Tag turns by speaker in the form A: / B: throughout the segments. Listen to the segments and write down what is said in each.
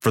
A: For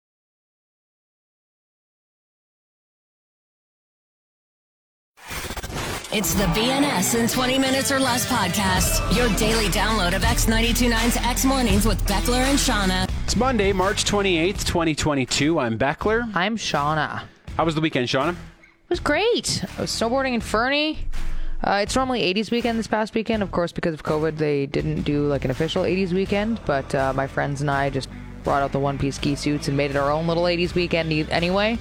B: It's the BNS in 20 Minutes or Less podcast, your daily download of X929's X Mornings with Beckler and Shauna.
C: It's Monday, March 28th, 2022. I'm Beckler.
D: I'm Shauna.
C: How was the weekend, Shauna?
D: It was great. I was snowboarding in Fernie. Uh, it's normally 80s weekend this past weekend. Of course, because of COVID, they didn't do like an official 80s weekend, but uh, my friends and I just brought out the one piece ski suits and made it our own little 80s weekend e- anyway.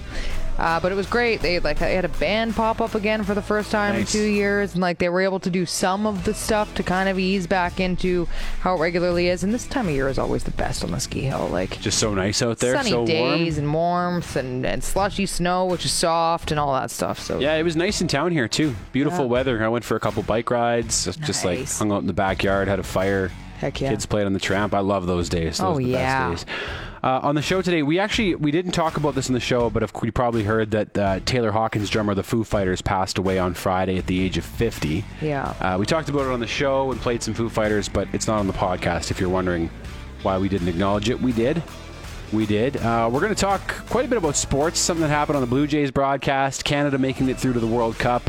D: Uh, but it was great. They like they had a band pop up again for the first time
C: Nice.
D: in two years, and like they were able to do some of the stuff to kind of ease back into how it regularly is. And this time of year is always the best on the ski hill. Like
C: Just so nice out there.
D: sunny
C: so
D: days
C: warm.
D: and warmth and, and slushy snow, which is soft and all that stuff. So
C: Yeah, it was nice in town here too. Beautiful weather. I went for a couple bike rides. Just, just, like
D: Nice.
C: hung out in the backyard, had a fire.
D: Heck yeah.
C: Kids played on the tramp. I love those days. Those
D: Oh,
C: are the
D: yeah.
C: best days. Uh, on the show today, we actually we didn't talk about this in the show, but of, you probably heard that uh, Taylor Hawkins, drummer of the Foo Fighters, passed away on Friday at the age of 50.
D: Yeah.
C: Uh, we talked about it on the show and played some Foo Fighters, but it's not on the podcast. If you're wondering why we didn't acknowledge it, we did. We did. Uh, we're going to talk quite a bit about sports, something that happened on the Blue Jays broadcast, Canada making it through to the World Cup.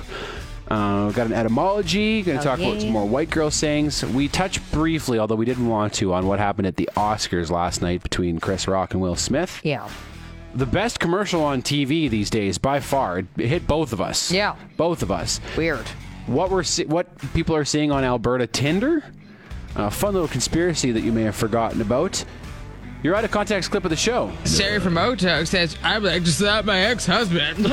C: Uh, we've got an etymology, going to talk about
D: yeah.
C: some more white girl sayings. We touched briefly, although we didn't want to, on what happened at the Oscars last night between Chris Rock and Will Smith.
D: Yeah.
C: The best commercial on TV these days, by far. It hit both of us.
D: Yeah.
C: Both of us
D: Weird.
C: what we're see- what people are seeing on Alberta Tinder. A fun little conspiracy that you may have forgotten about. Your out of context clip of the show.
E: Sherry from Otok says, I'd like to slap my ex husband.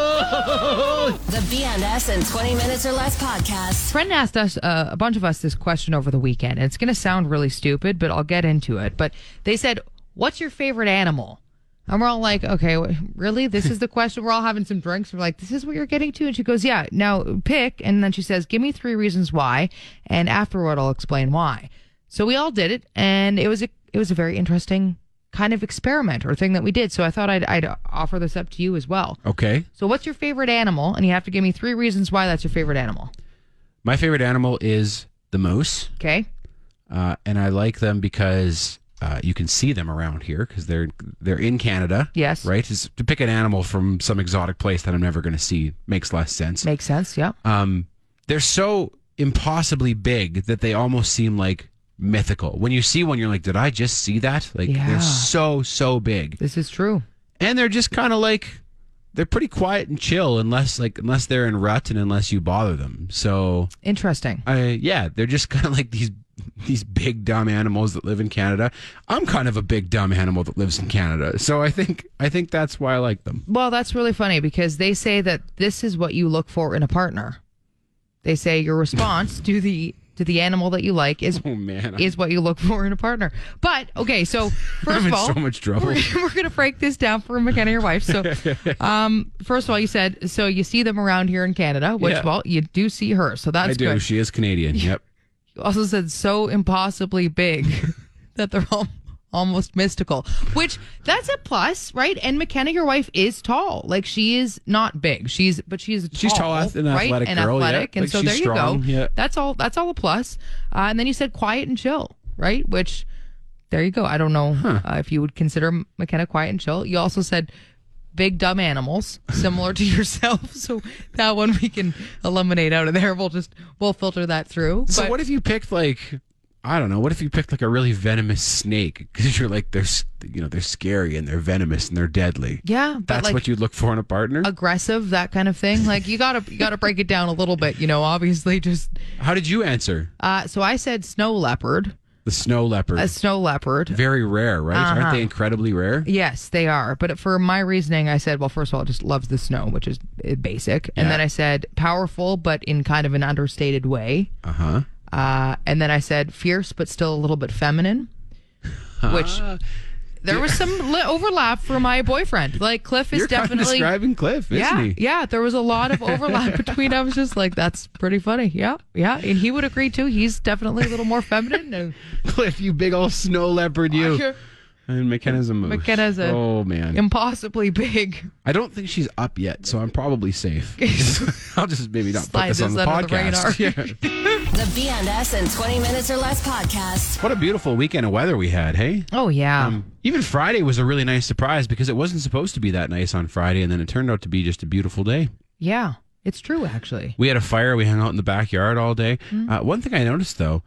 B: The BNS in 20 Minutes or Less podcast.
D: Friend asked us, uh, a bunch of us, this question over the weekend. And it's going to sound really stupid, but I'll get into it. But they said, What's your favorite animal? And we're all like, okay, wh- really? This is the question. We're all having some drinks. We're like, this is what you're getting to. And she goes, yeah, now pick. And then she says, give me three reasons why. And afterward, I'll explain why. So we all did it. And it was a, it was a very interesting kind of experiment or thing that we did. So I thought I'd, I'd offer this up to you as well.
F: Okay.
D: So what's your favorite animal? And you have to give me three reasons why that's your favorite animal.
F: My favorite animal is the moose,
D: Okay.
F: uh, and I like them because uh, you can see them around here because they're they're in Canada.
D: Yes.
F: Right. It's, to pick an animal from some exotic place that I'm never going to see makes less sense.
D: Makes sense. Yeah.
F: Um, they're so impossibly big that they almost seem like mythical. When you see one, you're like, "Did I just see that?" Like
D: Yeah.
F: they're so so big.
D: This is true.
F: and they're just kind of like they're pretty quiet and chill unless like unless they're in rut and unless you bother them so
D: Interesting.
F: i yeah they're just kind of like these these big dumb animals that live in canada i'm kind of a big dumb animal that lives in canada so i think i think that's why i like them
D: Well, that's really funny because they say that this is what you look for in a partner. They say your response to the to the animal that you like is
F: oh man
D: is what you look for in a partner. But okay, so first
F: i'm
D: of
F: in
D: all,
F: so much trouble
D: we're, we're gonna break this down for McKenna, your wife. So, um, first of all, you said so you see them around here in Canada, which
F: Yeah.
D: well you do see her, so
F: i
D: that's
F: do
D: good.
F: she is canadian yep
D: You also said so impossibly big that they're all almost mystical which that's a plus right and mckenna your wife is tall like she is not big she's but she's tall,
F: She's tall, ath- an
D: right
F: athletic
D: and
F: girl, yeah.
D: athletic and
F: Like,
D: so
F: she's
D: there
F: strong,
D: you go
F: yeah.
D: that's all that's all a plus uh, and then you said quiet and chill right which there you go i don't know uh, if you would consider mckenna quiet and chill you also said big dumb animals similar to yourself so that one we can eliminate out of there we'll just we'll filter that through
F: so
D: But-
F: what if you picked like I don't know. What if you picked like a really venomous snake? Because you're like they're, s- you know, they're scary and they're venomous and they're deadly.
D: Yeah, but
F: that's
D: like
F: what you look for in a partner.
D: aggressive, that kind of thing. Like you gotta you gotta break it down a little bit, you know. Obviously, just
F: How did you answer?
D: uh, so I said snow leopard,
F: The snow leopard.
D: a Uh-huh. snow leopard.
F: Very rare, right? Aren't they incredibly rare?
D: Yes, they are. But for my reasoning, I said, well, first of all, it just loves the snow, which is uh, basic, and then I said powerful, but in kind of an understated way.
F: Uh huh.
D: Uh, and then I said fierce, but still a little bit feminine, which there was some li- overlap for my boyfriend. Like Cliff is
F: You're kind of
D: definitely
F: describing Cliff, isn't
D: yeah,
F: he?
D: yeah. There was a lot of overlap between. I was just like, "That's pretty funny." Yeah, yeah, and he would agree too. He's definitely a little more feminine. And
F: Cliff, you big old snow leopard, you. And McKenna's a moose.
D: McKenna's a-
F: Oh, man.
D: impossibly big.
F: I don't think she's up yet, so I'm probably safe. I'll just maybe not put
D: Slide
F: this on
D: this
F: the
D: under the
F: podcast. Yeah.
B: The BNS in 20 Minutes or Less podcast.
F: What a beautiful weekend of weather we had, hey?
D: Oh yeah.
F: Even Friday was a really nice surprise because it wasn't supposed to be that nice on Friday, and then it turned out to be just a beautiful day.
D: Yeah, it's true actually.
F: We had a fire. We hung out in the backyard all day. Uh, one thing I noticed though,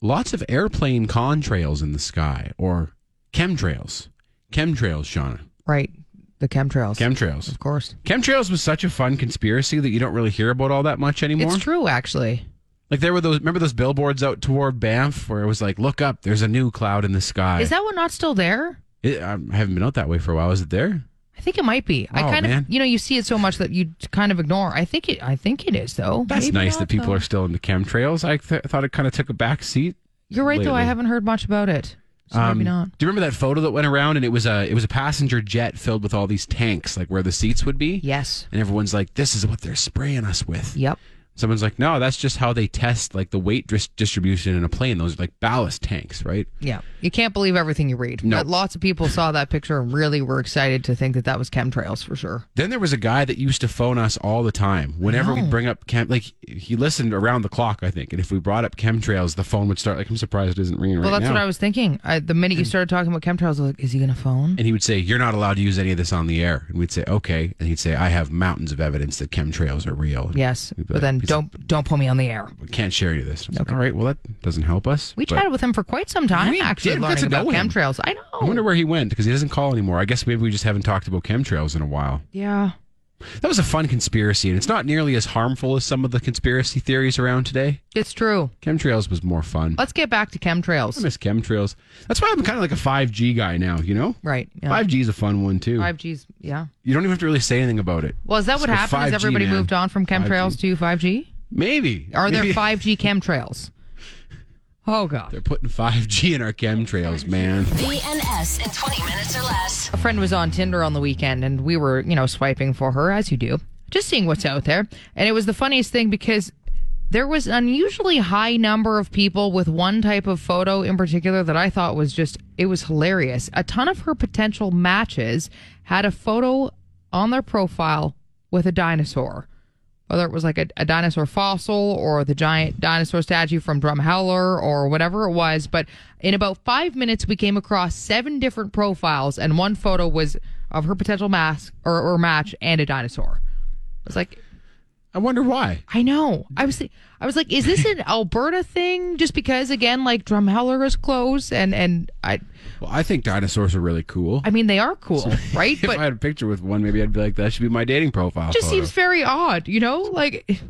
F: lots of airplane contrails in the sky or chemtrails. Chemtrails, Shauna.
D: Right, the chemtrails.
F: Chemtrails.
D: of course.
F: Chemtrails was such a fun conspiracy that you don't really hear about all that much anymore.
D: It's true actually.
F: Like there were those. Remember those billboards out toward Banff where it was like, "Look up, there's a new cloud in the sky."
D: Is that one not still there?
F: It, I haven't been out that way for a while. Is it there?
D: I think it might be. I
F: Oh,
D: kind
F: man.
D: of, you know, you see it so much that you kind of ignore. I think it. I think it is though.
F: That's
D: Maybe
F: nice
D: not,
F: that people
D: though.
F: are still into chemtrails. I th- thought it kind of took a back seat.
D: You're right though. I
F: lately.
D: haven't heard much about it. So
F: Um,
D: maybe not.
F: Do you remember that photo that went around? And it was a it was a passenger jet filled with all these tanks, like where the seats would be.
D: Yes.
F: And everyone's like, "This is what they're spraying us with."
D: Yep.
F: Someone's like, "No, that's just how they test like the weight dis- distribution in a plane. Those are like ballast tanks, right?"
D: Yeah. You can't believe everything you read.
F: No.
D: But lots of people saw that picture and really were excited to think that that was chemtrails for sure.
F: Then there was a guy that used to phone us all the time. Whenever
D: Oh.
F: we bring up chem, like he listened around the clock, I think. And if we brought up chemtrails, the phone would start. Like I'm surprised it isn't ringing
D: well,
F: right
D: that's
F: now.
D: what I was thinking. I, the minute you started talking about chemtrails, I was like, is he going to phone?
F: And he would say, "You're not allowed to use any of this on the air." And we'd say, "Okay." And he'd say, "I have mountains of evidence that chemtrails are real." And
D: Yes.
F: we'd be
D: But
F: like,
D: then
F: "He's
D: don't don't put me on the air.
F: like, can't share any of this. I was like, all right. Well, that doesn't help us.
D: We
F: but
D: chatted with him for quite some time
F: We
D: actually
F: did get
D: learning
F: to know
D: about
F: him.
D: chemtrails. I know.
F: I wonder where he went because he doesn't call anymore. I guess maybe we just haven't talked about chemtrails in a while.
D: yeah.
F: That was a fun conspiracy, and it's not nearly as harmful as some of the conspiracy theories around today.
D: It's true.
F: Chemtrails was more fun.
D: Let's get back to
F: I
D: chemtrails.
F: miss chemtrails. That's why I'm kind of like a 5G guy now, you know?
D: Right. Yeah.
F: 5G is a fun one, too.
D: 5G's. Yeah.
F: You don't even have to really say anything about it.
D: Well, is that
F: It's
D: what
F: like
D: happened?
F: 5G,
D: Is everybody
F: man.
D: moved on from chemtrails to 5G?
F: Maybe.
D: Are there
F: Maybe
D: 5G chemtrails? Oh, God.
F: They're putting 5G in our chemtrails, man.
B: BNS in 20 Minutes or Less.
D: A friend was on Tinder on the weekend and we were, you know, swiping for her, as you do, just seeing what's out there. And it was the funniest thing because there was an unusually high number of people with one type of photo in particular that I thought was just, it was hilarious. A ton of her potential matches had a photo on their profile with a dinosaur. whether it was like a, a dinosaur fossil or the giant dinosaur statue from Drumheller or whatever it was. But in about five minutes, we came across seven different profiles, and one photo was of her potential mask or, or match and a dinosaur. I was like,
F: I wonder why.
D: I know. I was, thi- I was like, is this an Alberta thing? Just because, again, like Drumheller is close, and and I,
F: Well, I think dinosaurs are really cool.
D: I mean, they are cool, right?
F: if I had a picture with one, maybe I'd be like, that should be my dating profile.
D: just
F: photo.
D: seems very odd, you know? Like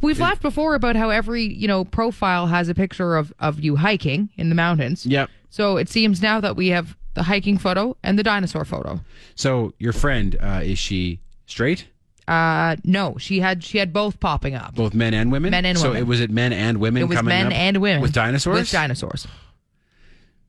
D: we've laughed before about how every, you know, profile has a picture of of you hiking in the mountains.
F: Yep.
D: So it seems now that we have the hiking photo and the dinosaur photo.
F: So, your friend, uh, is she straight?
D: Uh no, she had she had both popping up.
F: Both men and women?
D: Men and
F: so
D: women.
F: it was it men and women
D: it was
F: coming
D: men
F: up
D: and women
F: With dinosaurs?
D: With dinosaurs.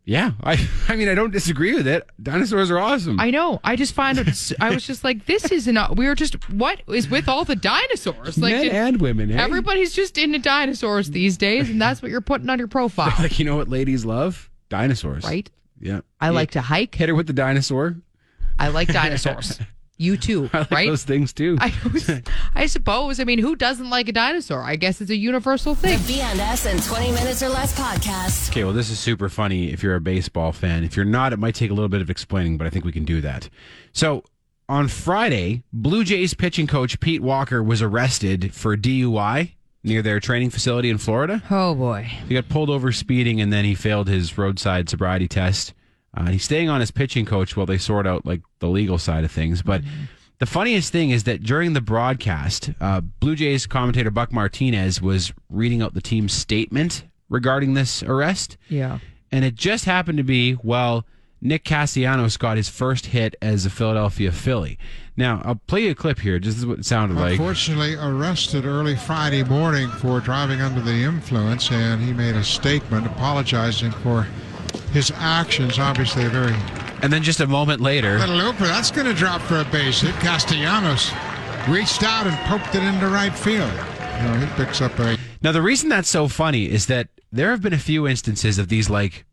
F: Yeah, I I mean I don't disagree with it. Dinosaurs are awesome.
D: I know. I just find it. s- I was just like, this is not. We were just. What is with all the dinosaurs? Like
F: Men
D: did-
F: and women. eh? Hey?
D: everybody's just into dinosaurs these days, and that's what you're putting on your profile,
F: like you know what ladies love? Dinosaurs.
D: right?
F: Yeah.
D: I like to hike.
F: hit her with the dinosaur.
D: I like dinosaurs. you too,
F: I like
D: right?
F: those things too.
D: I, was- I suppose. I mean, who doesn't like a dinosaur? I guess it's a universal thing.
B: BNS in 20 Minutes or Less podcast.
F: okay, well this is super funny if you're a baseball fan. If you're not, it might take a little bit of explaining, but I think we can do that. So on Friday, Blue Jays pitching coach Pete Walker was arrested for DUI near their training facility in Florida.
D: Oh boy.
F: He got pulled over speeding, and then he failed his roadside sobriety test. Uh, he's staying on his pitching coach while they sort out like the legal side of things. But the funniest thing is that during the broadcast, uh, Blue Jays commentator Buck Martinez was reading out the team's statement regarding this arrest,
D: Yeah.
F: and it just happened to be well. Nick Cassianos got his first hit as a Philadelphia Philly. Now, I'll play you a clip here. This is what it sounded like.
G: Unfortunately, arrested early Friday morning for driving under the influence, and he made a statement apologizing for his actions. Obviously, a very
F: And then just a moment later,
G: Little Looper, that's going to drop for a base hit. Castellanos reached out and poked it into right field. No, he picks up a.
F: Now, the reason that's so funny is that there have been a few instances of these like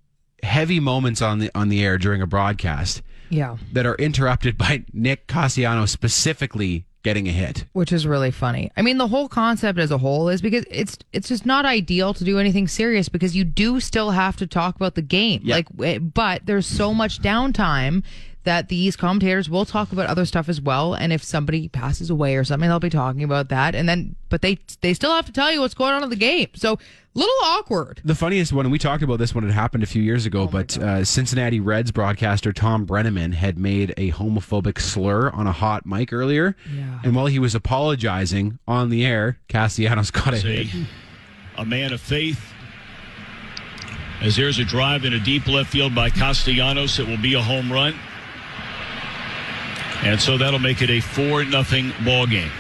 F: heavy moments on the on the air during a broadcast
D: Yeah,
F: that are interrupted by Nick Cassiano specifically getting a hit.
D: which is really funny. I mean, the whole concept as a whole is because it's it's just not ideal to do anything serious because you do still have to talk about the game.
F: Yeah.
D: Like, w- but there's so much downtime that these commentators will talk about other stuff as well. And if somebody passes away or something, they'll be talking about that. And then, but they they still have to tell you what's going on in the game. So little awkward.
F: The funniest one, and we talked about this when it happened a few years ago, but uh, Cincinnati Reds broadcaster Tom Brenneman had made a homophobic slur on a hot mic earlier.
D: Yeah.
F: And while he was apologizing on the air, Cassiano's got a hit.
H: See, a man of faith. As there's a drive in a deep left field by Castellanos, it will be a home run. And so that'll make it a 4 nothing ball game.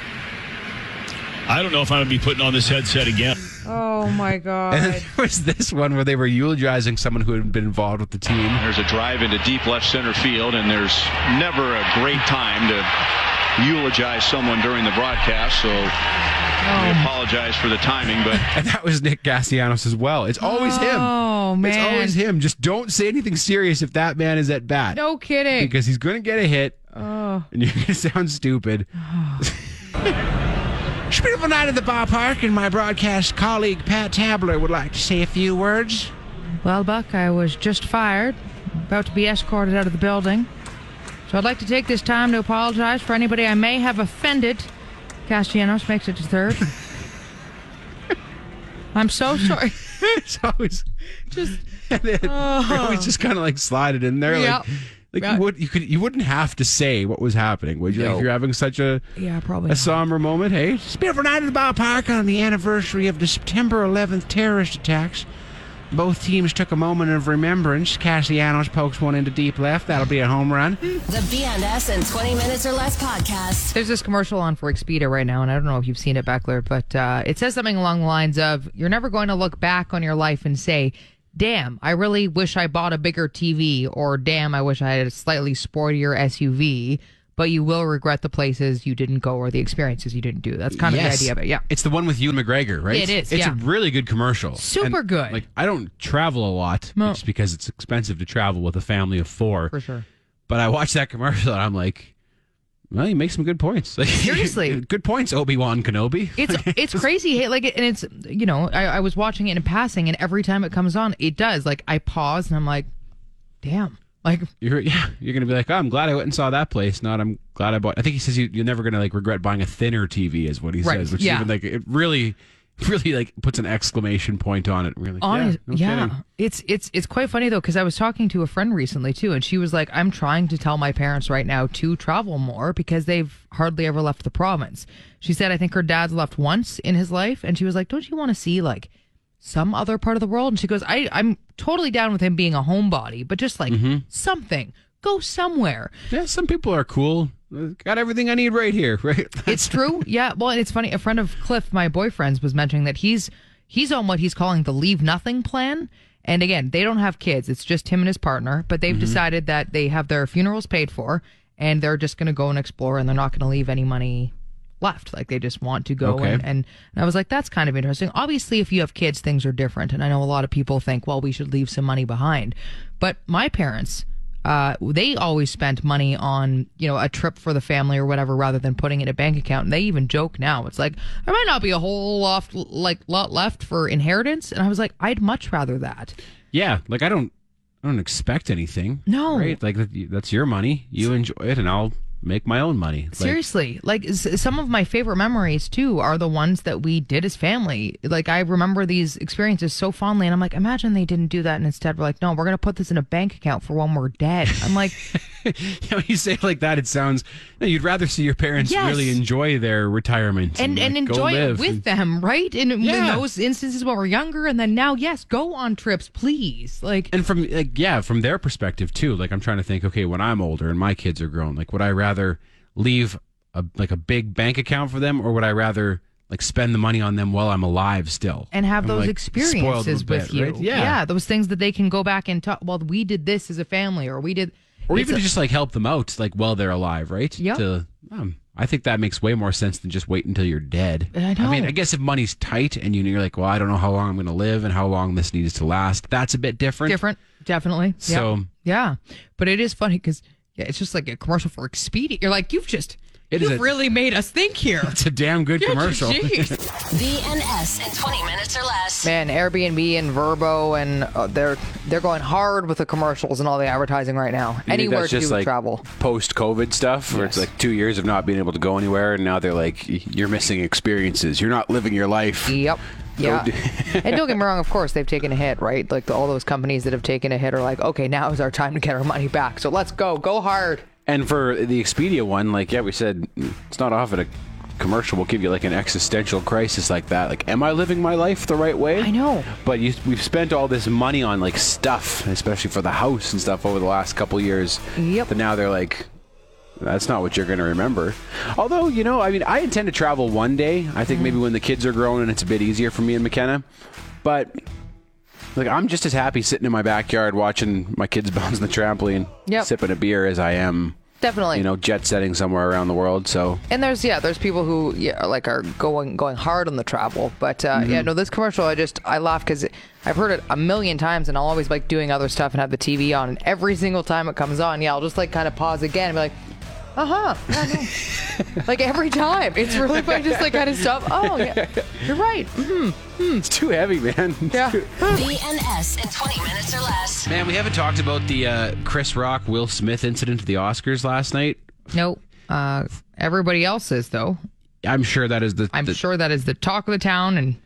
H: I don't know if I'm going to be putting on this headset again.
D: Oh my
F: And then
D: god.
F: there was this one where they were eulogizing someone who had been involved with the team.
I: There's a drive into deep left center field, and there's never a great time to eulogize someone during the broadcast, so we apologize for the timing, but
F: And that was Nick Castellanos as well. It's always him.
D: Oh,
F: It's
D: man.
F: always him. Just don't say anything serious if that man is at bat.
D: No Oh. kidding.
F: Because he's going to get a hit. And you're going to sound stupid. It's a beautiful night at the ballpark, and my broadcast colleague Pat Tabler would like to say a few words.
D: Well, Buck, I was just fired, about to be escorted out of the building. So I'd like to take this time to apologize for anybody I may have offended. Castellanos makes it to third. I'm so sorry.
F: It's always
D: Just oh.
F: and then they always just kind of like slide it in there. Like,
D: Yeah.
F: like
D: Yeah.
F: you would you could you wouldn't have to say what was happening, would you? Like, if you're having such a
D: yeah,
F: a
D: probably. not.
F: somber moment. Hey, it's a beautiful night at the ballpark on the anniversary of the September 11th terrorist attacks. Both teams took a moment of remembrance. Cassianos pokes one into deep left. That'll be a home run.
B: The BNS in 20 minutes or less podcast.
D: There's this commercial on for Expedia right now, and I don't know if you've seen it, Beckler, but uh, it says something along the lines of You're never going to look back on your life and say, Damn, I really wish I bought a bigger TV, or Damn, I wish I had a slightly sportier SUV, but you will regret the places you didn't go or the experiences you didn't do. That's kind of the idea of it. Yeah.
F: It's the one with Ewan McGregor, right?
D: It is,
F: It's
D: yeah.
F: a really good commercial.
D: Super
F: And,
D: good.
F: Like I don't travel a lot
D: No.
F: just because it's expensive to travel with a family of four.
D: For sure.
F: But I watched that commercial and I'm like, well, you make some good points. Like,
D: Seriously.
F: good points, Obi Wan Kenobi.
D: It's it's crazy. Hey, like, and it's you know, I, I was watching it in passing, and every time it comes on, it does. Like, I pause and I'm like, damn, like
F: You're yeah, you're gonna be like, oh, I'm glad I went and saw that place. Not I'm glad I bought. I think he says you, you're never gonna like regret buying a thinner TV, is what he
D: Right,
F: says. Which
D: yeah.
F: is even like it really, really like puts an exclamation point on it. We're like,
D: Honest,
F: yeah, no
D: yeah,
F: kidding.
D: it's it's it's quite funny though because I was talking to a friend recently too, and she was like, "I'm trying to tell my parents right now to travel more because they've hardly ever left the province." She said, "I think her dad's left once in his life," and she was like, "Don't you want to see like some other part of the world?" And she goes, "I I'm totally down with him being a homebody, but just like
F: Mm-hmm.
D: something, go somewhere."
F: Yeah, some people are cool. Got everything I need right here, right?
D: It's true. Yeah. Well, and it's funny. A friend of Cliff, my boyfriend's, was mentioning that he's he's on what he's calling the leave nothing plan. And again, they don't have kids. It's just him and his partner. But they've decided that they have their funerals paid for, and they're just going to go and explore, and they're not going to leave any money left. Like they just want to go.
F: Okay.
D: And, and and I was like, that's kind of interesting. Obviously, if you have kids, things are different. And I know a lot of people think, well, we should leave some money behind. But my parents, uh, they always spent money on you know a trip for the family or whatever, rather than putting it in a bank account. And they even joke now. It's like there might not be a whole lot like lot left for inheritance. And I was like, I'd much rather that.
F: yeah, like I don't, I don't expect anything.
D: No.
F: right? Like that- that's your money. You enjoy it, and I'll make my own money. Like,
D: Seriously, like s- some of my favorite memories too are the ones that we did as family. Like I remember these experiences so fondly, and I'm like, imagine they didn't do that, and instead we're like, no, we're gonna put this in a bank account for when we're dead. I'm like,
F: when you say it like that, it sounds. No, you'd rather see your parents
D: Yes.
F: really enjoy their retirement
D: and and
F: like, go
D: enjoy it
F: live
D: with
F: and-
D: them, right? And in
F: Yeah.
D: those instances when we're younger, and then now, yes, go on trips, please. Like,
F: and from like yeah from their perspective too like i'm trying to think okay when i'm older and my kids are grown like would i rather leave a, like a big bank account for them or would i rather like spend the money on them while i'm alive still
D: and have
F: I'm,
D: those
F: like, spoiled a
D: experiences
F: bit,
D: with you.
F: right? yeah
D: those things that they can go back and talk. Well, we did this as a family, or we did.
F: or
D: It's
F: even
D: a-
F: to just like help them out, like while they're alive, right?
D: Yep.
F: To, um, I think that makes way more sense than just wait until you're dead.
D: I
F: mean,
D: know.
F: I guess if money's tight and you- you're like, well, I don't know how long I'm going to live and how long this needs to last, that's a bit different.
D: different, definitely. Yep.
F: So-
D: yeah, but it is funny because yeah, it's just like a commercial for Expedia. You're like, you've just
F: It is
D: you've
F: a-
D: really made us think here.
F: It's a damn good commercial.
D: Jeez.
B: BNS in 20 minutes or less.
J: Man, Airbnb and Verbo and uh, they're they're going hard with the commercials and all the advertising right now.
C: You think
J: Anywhere
C: that's
J: to
C: just
J: do with
C: like
J: travel.
C: post COVID stuff where it's like two years of not being able to go anywhere, and now they're like, you're missing experiences. You're not living your life.
J: Yep. Yeah.
C: do-
J: and don't get me wrong, of course, they've taken a hit, right? Like the, all those companies that have taken a hit are like, okay, now is our time to get our money back. So let's go. Go hard.
C: And for the Expedia one, like, yeah, we said it's not often a commercial will give you like an existential crisis like that. Like, am I living my life the right way?
J: I know.
C: But you, we've spent all this money on like stuff, especially for the house and stuff over the last couple years.
J: Yep.
C: But now they're like, that's not what you're going to remember. Although, you know, I mean, I intend to travel one day. I
J: Mm-hmm.
C: think maybe when the kids are grown and it's a bit easier for me and McKenna. But like, I'm just as happy sitting in my backyard watching my kids bounce on the trampoline,
J: Yep.
C: sipping a beer as I am
J: Definitely.
C: you know, jet setting somewhere around the world. So
J: And there's yeah, there's people who yeah, like are going going hard on the travel, but uh,
D: Mm-hmm.
J: yeah, no, this commercial I just I laugh because I've heard it a million times, and I'll always like doing other stuff and have the TV on, and every single time it comes on, yeah, I'll just like kind of pause again and be like, uh huh, like every time. It's really funny, just like kind of stop. Oh yeah, you're right.
C: it's too heavy, man.
J: Yeah,
B: BNS in 20 minutes or less.
F: Man, we haven't talked about the uh, Chris Rock Will Smith incident at the Oscars last night.
D: nope. Uh, everybody else is though.
F: I'm sure that is the.
D: I'm
F: the-
D: sure that is the talk of the town, and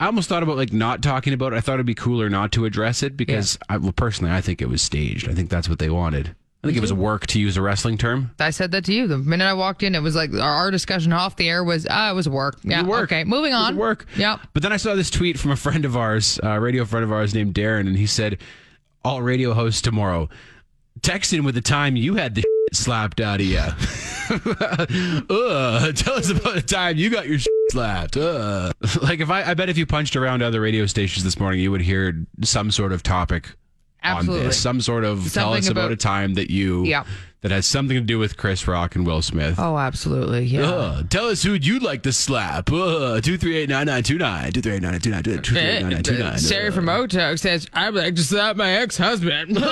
F: I almost thought about like not talking about it. I thought it'd be cooler not to address it because, I, well, personally, I think it was staged. I think that's what they wanted. I think it
C: Mm-hmm.
F: was work to use a wrestling term.
D: I said that to you the minute I walked in. It was like our, our discussion off the air was ah, it was work. Yeah,
F: It was work.
D: okay, moving
F: It was
D: on.
F: work.
D: Yep.
F: But then I saw this tweet from a friend of ours, a radio friend of ours named Darren, and he said, "All radio hosts tomorrow." Text in with the time you had the shit slapped out of you. Ugh, tell us about the time you got your shit slapped. Ugh. Like if I, I bet if you punched around other radio stations this morning, you would hear some sort of topic on
D: Absolutely.
F: this, some sort of tell
D: Something
F: us about,
D: about-
F: a time that you
D: Yeah.
F: that has something to do with Chris Rock and Will Smith.
D: Oh, absolutely. Yeah.
F: Uh, tell us who you'd like to slap. Uh, 238-9929, 238-9929, 238-9929.
E: Sarah from Otok says, I'd like to slap my ex husband.
F: Oh,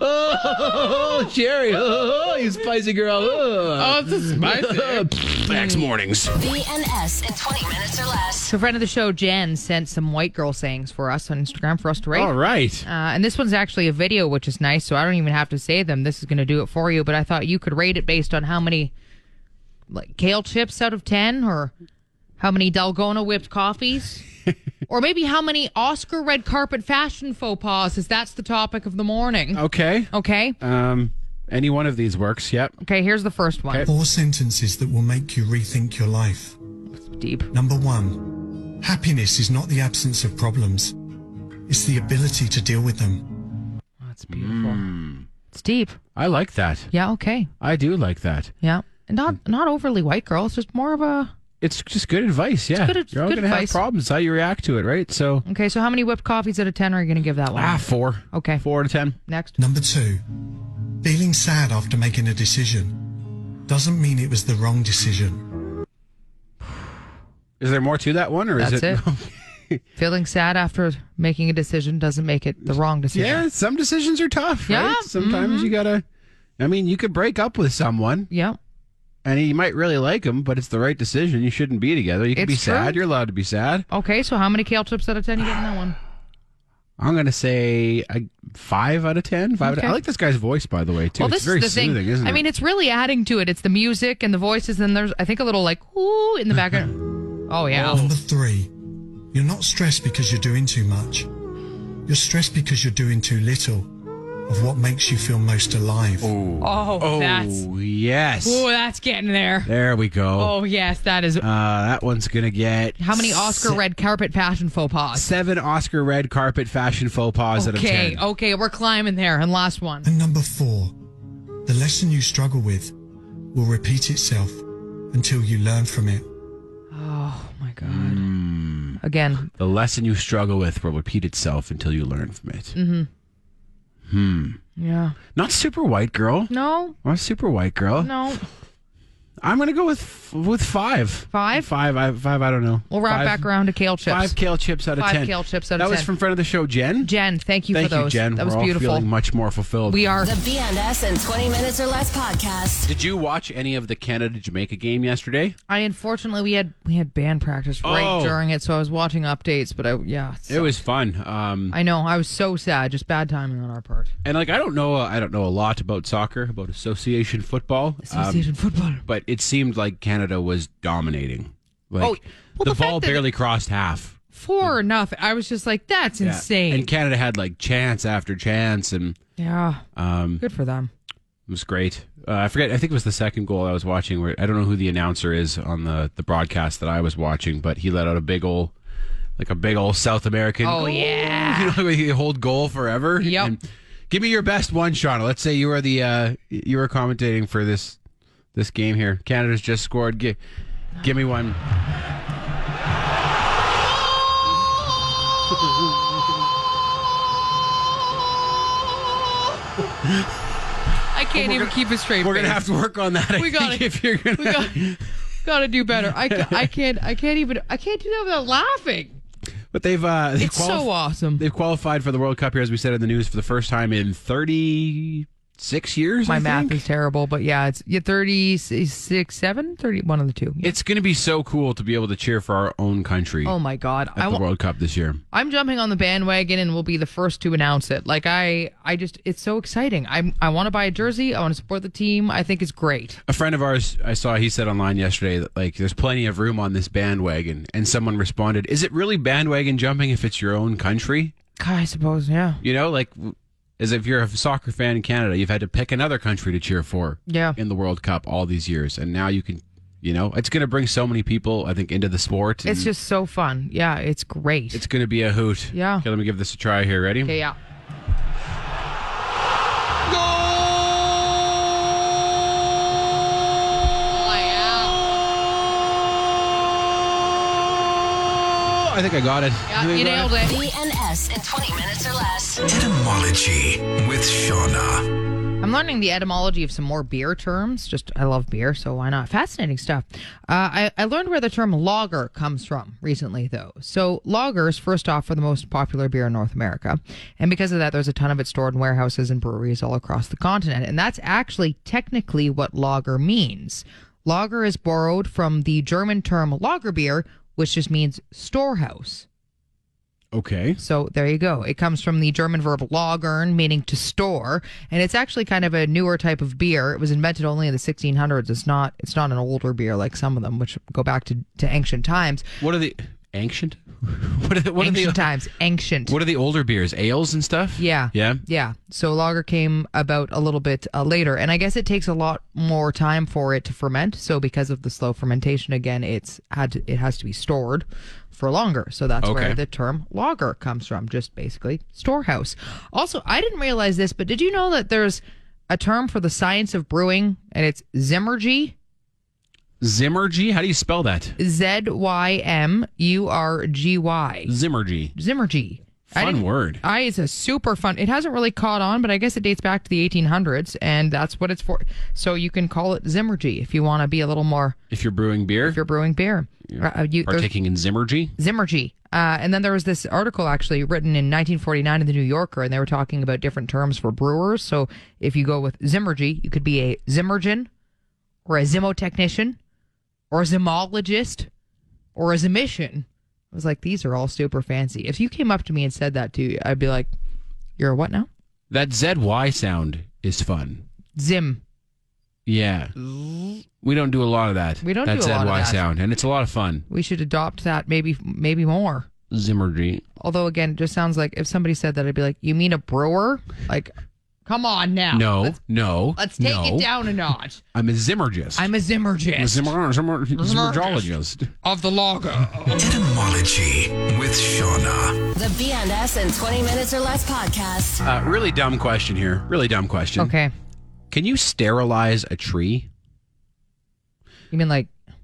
F: oh, Sherry, oh, you spicy girl. Oh.
E: oh, this is spicy.
F: Next mornings.
B: BNS in 20 minutes or less.
D: So, friend of the show, Jen, sent some white girl sayings for us on Instagram for us to rate.
F: All right.
D: Uh, and this one's actually a video, which is nice. So I don't even have to say them. This is going to do it for you. But I thought you could rate it based on how many like kale chips out of ten, or how many Dalgona whipped coffees, or maybe how many Oscar red carpet fashion faux pas, as that's the topic of the morning.
F: Okay.
D: Okay.
F: Um, any one of these works. Yep.
D: Okay. Here's the first one.
K: Four sentences that will make you rethink your life.
D: Deep.
K: Number one, happiness is not the absence of problems, it's the ability to deal with them.
D: That's
E: Mm.
D: beautiful. It's deep.
F: I like that.
D: Yeah. Okay.
F: I do like that.
D: Yeah. And not not overly white girl. It's just more of a.
F: It's just good advice. Yeah.
D: good- it's
F: You're all
D: good
F: gonna have
D: advice.
F: problems how you react to it, right? So,
D: Okay, so how many whipped coffees out of 10 are you going to give that one?
F: ah, four.
D: Okay.
F: Four out of ten.
D: Next.
K: Number two, feeling sad after making a decision doesn't mean it was the wrong decision.
F: Is there more to that one, or is
D: That's
F: it?
D: it. Feeling sad after making a decision doesn't make it the wrong decision.
F: yeah, some decisions are tough. Right?
D: Yeah, mm-hmm.
F: Sometimes you gotta. I mean, you could break up with someone,
D: Yeah.
F: and you might really like them, but it's the right decision. You shouldn't be together. You can be
D: It's true.
F: sad. You're allowed to be sad.
D: Okay, so how many kale chips out of 10 you getting that one?
F: I'm gonna say a five out of ten. Five. Out
D: Okay.
F: of, I like this guy's voice, by the way, too.
D: well,
F: it's
D: this
F: very
D: is the
F: soothing,
D: thing.
F: isn't it?
D: I mean, it's really adding to it. It's the music and the voices, and there's, I think, a little like, ooh, in the background. Oh, yeah.
K: Number three, you're not stressed because you're doing too much, you're stressed because you're doing too little of what makes you feel most alive.
D: Oh, that's.
F: oh yes.
D: Ooh, that's getting there.
F: There we go.
D: Oh, yes, that is.
F: Uh, that one's gonna get
D: how many Oscar red carpet fashion faux pas?
F: Seven Oscar red carpet fashion faux pas out of
D: Okay, oh.
F: ten.
D: okay, we're climbing there. And last one.
K: And number four, the lesson you struggle with will repeat itself until you learn from it.
D: Oh, my God. Again,
F: The lesson you struggle with will repeat itself until you learn from it. Mm-hmm. Hmm.
E: Yeah.
F: Not super white girl.
E: No.
F: Not super white girl.
E: No.
F: I'm gonna go with with five.
E: Five?
F: Five. I, five. I don't know.
E: We'll wrap
F: Five-
E: back around to kale chips.
F: Five kale chips out of
E: Five
F: ten.
E: kale chips out
F: that
E: of
F: was
E: ten.
F: from friend of the show, Jen.
E: Jen, thank you
F: Thank
E: for those.
F: you, Jen.
E: That was
F: We're all
E: beautiful.
F: feeling much more fulfilled.
E: We are.
B: The BNS in 20 Minutes or Less podcast.
F: Did you watch any of the Canada Jamaica game yesterday?
E: I unfortunately we had we had band practice right
F: Oh.
E: during it, so I was watching updates. But I yeah, it
F: It was fun. Um,
E: I know I was so sad, just bad timing on our part.
F: and like I don't know, uh, I don't know a lot about soccer, about association football. um,
E: Association football.
F: But it seemed like Canada was dominating. Like
E: Oh,
F: the, ball barely crossed half.
E: Four nothing. I was just like, that's
F: Yeah.
E: insane.
F: And Canada had like chance after chance, and
E: yeah,
F: um,
E: good for them.
F: It was great. Uh, I forget. I think it was the second goal I was watching. Where I don't know who the announcer is on the the broadcast that I was watching, but he let out a big old, like a big old South American.
E: Oh,
F: "Goal!"
E: yeah.
F: you know where you hold goal forever. Yep. give me your best one, Shauna. Let's say you were the uh, you were commentating for this this game here. Canada's just scored. Give give me one.
E: I can't even keep a straight.
F: We're gonna
E: face.
F: have to work on that. I
E: We gotta-
F: think, if you're gonna.
E: We got gotta do better. I, ca- I can't I can't even I can't do that without laughing.
F: But they've uh, they've
E: It's so awesome.
F: They've qualified for the World Cup here, as we said in the news, for the first time in thirty six years.
E: My
F: I
E: math
F: think.
E: is terrible, but yeah, it's yeah, 36, 7, 30, one of the two.
F: It's going to be so cool to be able to cheer for our own country.
E: Oh my god,
F: At
E: I
F: the
E: wa-
F: World Cup this year.
E: I'm jumping on the bandwagon and will be the first to announce it. Like I I just it's so exciting. I I want to buy a jersey. I want to support the team. I think it's great.
F: A friend of ours, I saw he said online yesterday that like there's plenty of room on this bandwagon, and someone responded, "Is it really bandwagon jumping if it's your own country?"
E: God, I suppose yeah.
F: You know, like w- as if you're a soccer fan in Canada, you've had to pick another country to cheer for.
E: Yeah.
F: In the World Cup all these years, and now you can, you know, it's going to bring so many people, I think, into the sport.
E: It's
F: and
E: just so fun. Yeah, it's great.
F: it's going to be a hoot.
E: Yeah.
F: Okay, let me give this a try here. Ready?
E: okay, yeah.
F: Oh, I think I got it. I think I got
B: BNS in 20 Minutes or Less.
A: Etymology with Shauna.
E: I'm learning the etymology of some more beer terms. Just I love beer, so why not? Fascinating stuff. Uh, I, I learned where the term lager comes from recently, though. So lagers, first off, are the most popular beer in North America, and because of that, there's a ton of it stored in warehouses and breweries all across the continent. And that's actually technically what lager means. Lager is borrowed from the German term lagerbier, which just means storehouse.
F: Okay.
E: So there you go. It comes from the German verb lagern, meaning to store, and it's actually kind of a newer type of beer. It was invented only in the 1600s. It's not. It's not an older beer like some of them, which go back to, to ancient times.
F: What are the ancient? what are the, what
E: ancient
F: are the
E: times. Ancient.
F: What are the older beers? Ales and stuff.
E: Yeah.
F: Yeah.
E: Yeah. So lager came about a little bit uh, later, and I guess it takes a lot more time for it to ferment. So because of the slow fermentation, again, it's had to, it has to be stored for longer. So that's
L: Okay.
E: where the term lager comes from, just basically storehouse. Also, I didn't realize this, but did you know that there's a term for the science of brewing, and it's zimmergy?
F: Zimmergy. How do you spell that?
E: Z y m u r g y.
F: Zimmergy.
E: Zimmergy. I
F: Fun
E: didn't-
F: word.
E: I it's a super fun. It hasn't really caught on, but I guess it dates back to the 1800s, and that's what it's for. So you can call it Zimmergy if you want to be a little more.
F: If you're brewing beer. If
E: you're brewing beer. Uh, you, there's-
F: Partaking in Zimmergy.
E: Zimmergy. Uh, and then there was this article actually written in 1949 in the New Yorker, and they were talking about different terms for brewers. So if you go with Zimmergy, you could be a Zimmergen, or a Zimotechnician, or a Zimologist, or a Zimission. I was like, these are all super fancy. If you came up to me and said that to you, I'd be like, you're a what now?
F: That ZY sound is fun.
E: Zim.
F: Yeah. We don't do a lot of that.
E: We don't
F: that
E: do a lot of
F: ZY
E: that.
F: sound, and it's a lot of fun.
E: We should adopt that maybe maybe more.
F: Zimmergy.
E: Although again, it just sounds like if somebody said that, I'd be like, you mean a brewer? Like, come on now.
F: No.
E: Oh, Let's,
F: no.
E: let's take
F: no.
E: it down a notch.
F: I'm a Zimmergist.
E: I'm a Zimmergist.
F: A Zimmer, Zimmer,
E: Zimmergist.
F: Zimmergologist.
E: Of the lager.
A: Etymology with Shauna.
B: The BNS in 20 Minutes or Less podcast.
F: Uh, really dumb question here. Really dumb question.
E: Okay.
F: Can you sterilize a tree?
E: You mean like, what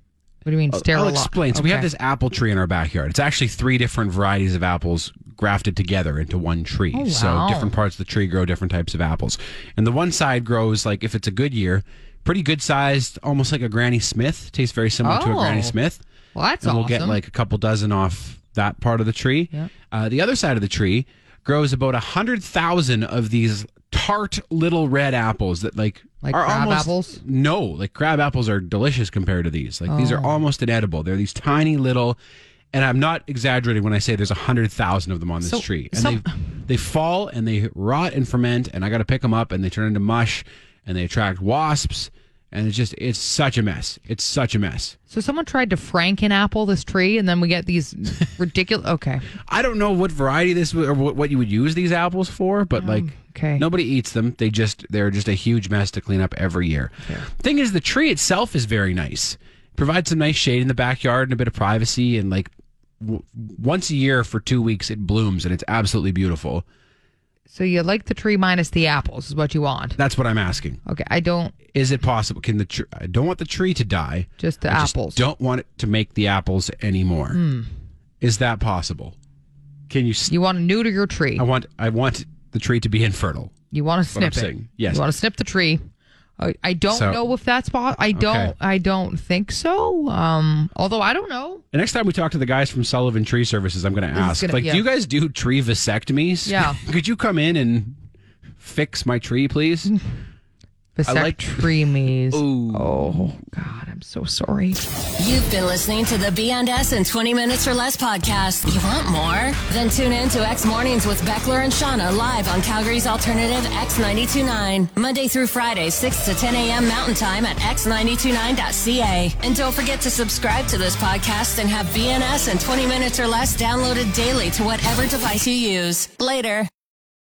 E: do you mean
F: Oh, I'll-
E: sterile?
F: I'll explain. So we have
E: Okay.
F: this apple tree in our backyard. It's actually three different varieties of apples grafted together into one tree.
C: Oh,
F: So
C: wow.
F: different parts of the tree grow different types of apples. And the one side grows like if it's a good year, pretty good sized, almost like a Granny Smith. Tastes very similar to a Granny
D: Oh.
F: Smith.
D: Well, that's
F: and we'll get
D: awesome.
F: like a couple dozen off that part of the tree.
D: Yep.
F: Uh, the other side of the tree grows about a hundred thousand of these tart little red apples that like
D: Like
F: are
D: crab
F: almost,
D: apples?
F: No, like crab apples are delicious compared to these. Like these are
D: Oh.
F: almost inedible. They're these tiny little, and I'm not exaggerating when I say there's a hundred thousand of them on this
D: So-
F: tree, and
D: so-
F: they they fall and they rot and ferment, and I got to pick them up, and they turn into mush, and they attract wasps, and it's just it's such a mess. It's such a mess.
D: So someone tried to Franken apple this tree, and then we get these ridiculous. Okay,
F: I don't know what variety this would, or what what you would use these apples for, but
D: Mm,
F: like nobody eats them. They just they're just a huge mess to clean up every year. Thing is, the tree itself is very nice. Provides some nice shade in the backyard and a bit of privacy. And like w- once a year for two weeks, it blooms and it's absolutely beautiful.
D: so you like the tree minus the apples is what you want.
F: That's what I'm asking.
D: Okay, I don't.
F: Is it possible? Can the tr- I don't want the tree to die.
D: Just the
F: I
D: apples.
F: Don't want it to make the apples anymore.
D: Hmm.
F: Is that possible? Can you?
D: You want to neuter your tree.
F: I want. I want the tree to be infertile.
D: You want to
F: That's what I'm
D: snip it.
F: saying. Yes.
D: You want to snip the tree. I, I don't
F: So-
D: know if that's possible. I don't.
F: Okay.
D: I don't think so. Um. Although I don't know.
F: The next time we talk to the guys from Sullivan Tree Services, I'm going to
D: is
F: ask,
D: gonna-
F: like,
D: yeah.
F: do you guys do tree vasectomies?
D: Yeah.
F: Could you come in and fix my tree, please? I like-
D: Vasectomies.
F: Oh.
D: God, I'm so sorry.
B: You've been listening to the Beyond S in 20 Minutes or Less podcast. You want more? Then tune in to X Mornings with Beckler and Shauna live on Calgary's alternative X929. Monday through Friday, 6 to 10 a.m. Mountain Time at x929.ca. And don't forget to subscribe to this podcast and have BNS in 20 Minutes or Less downloaded daily to whatever device you use. Later.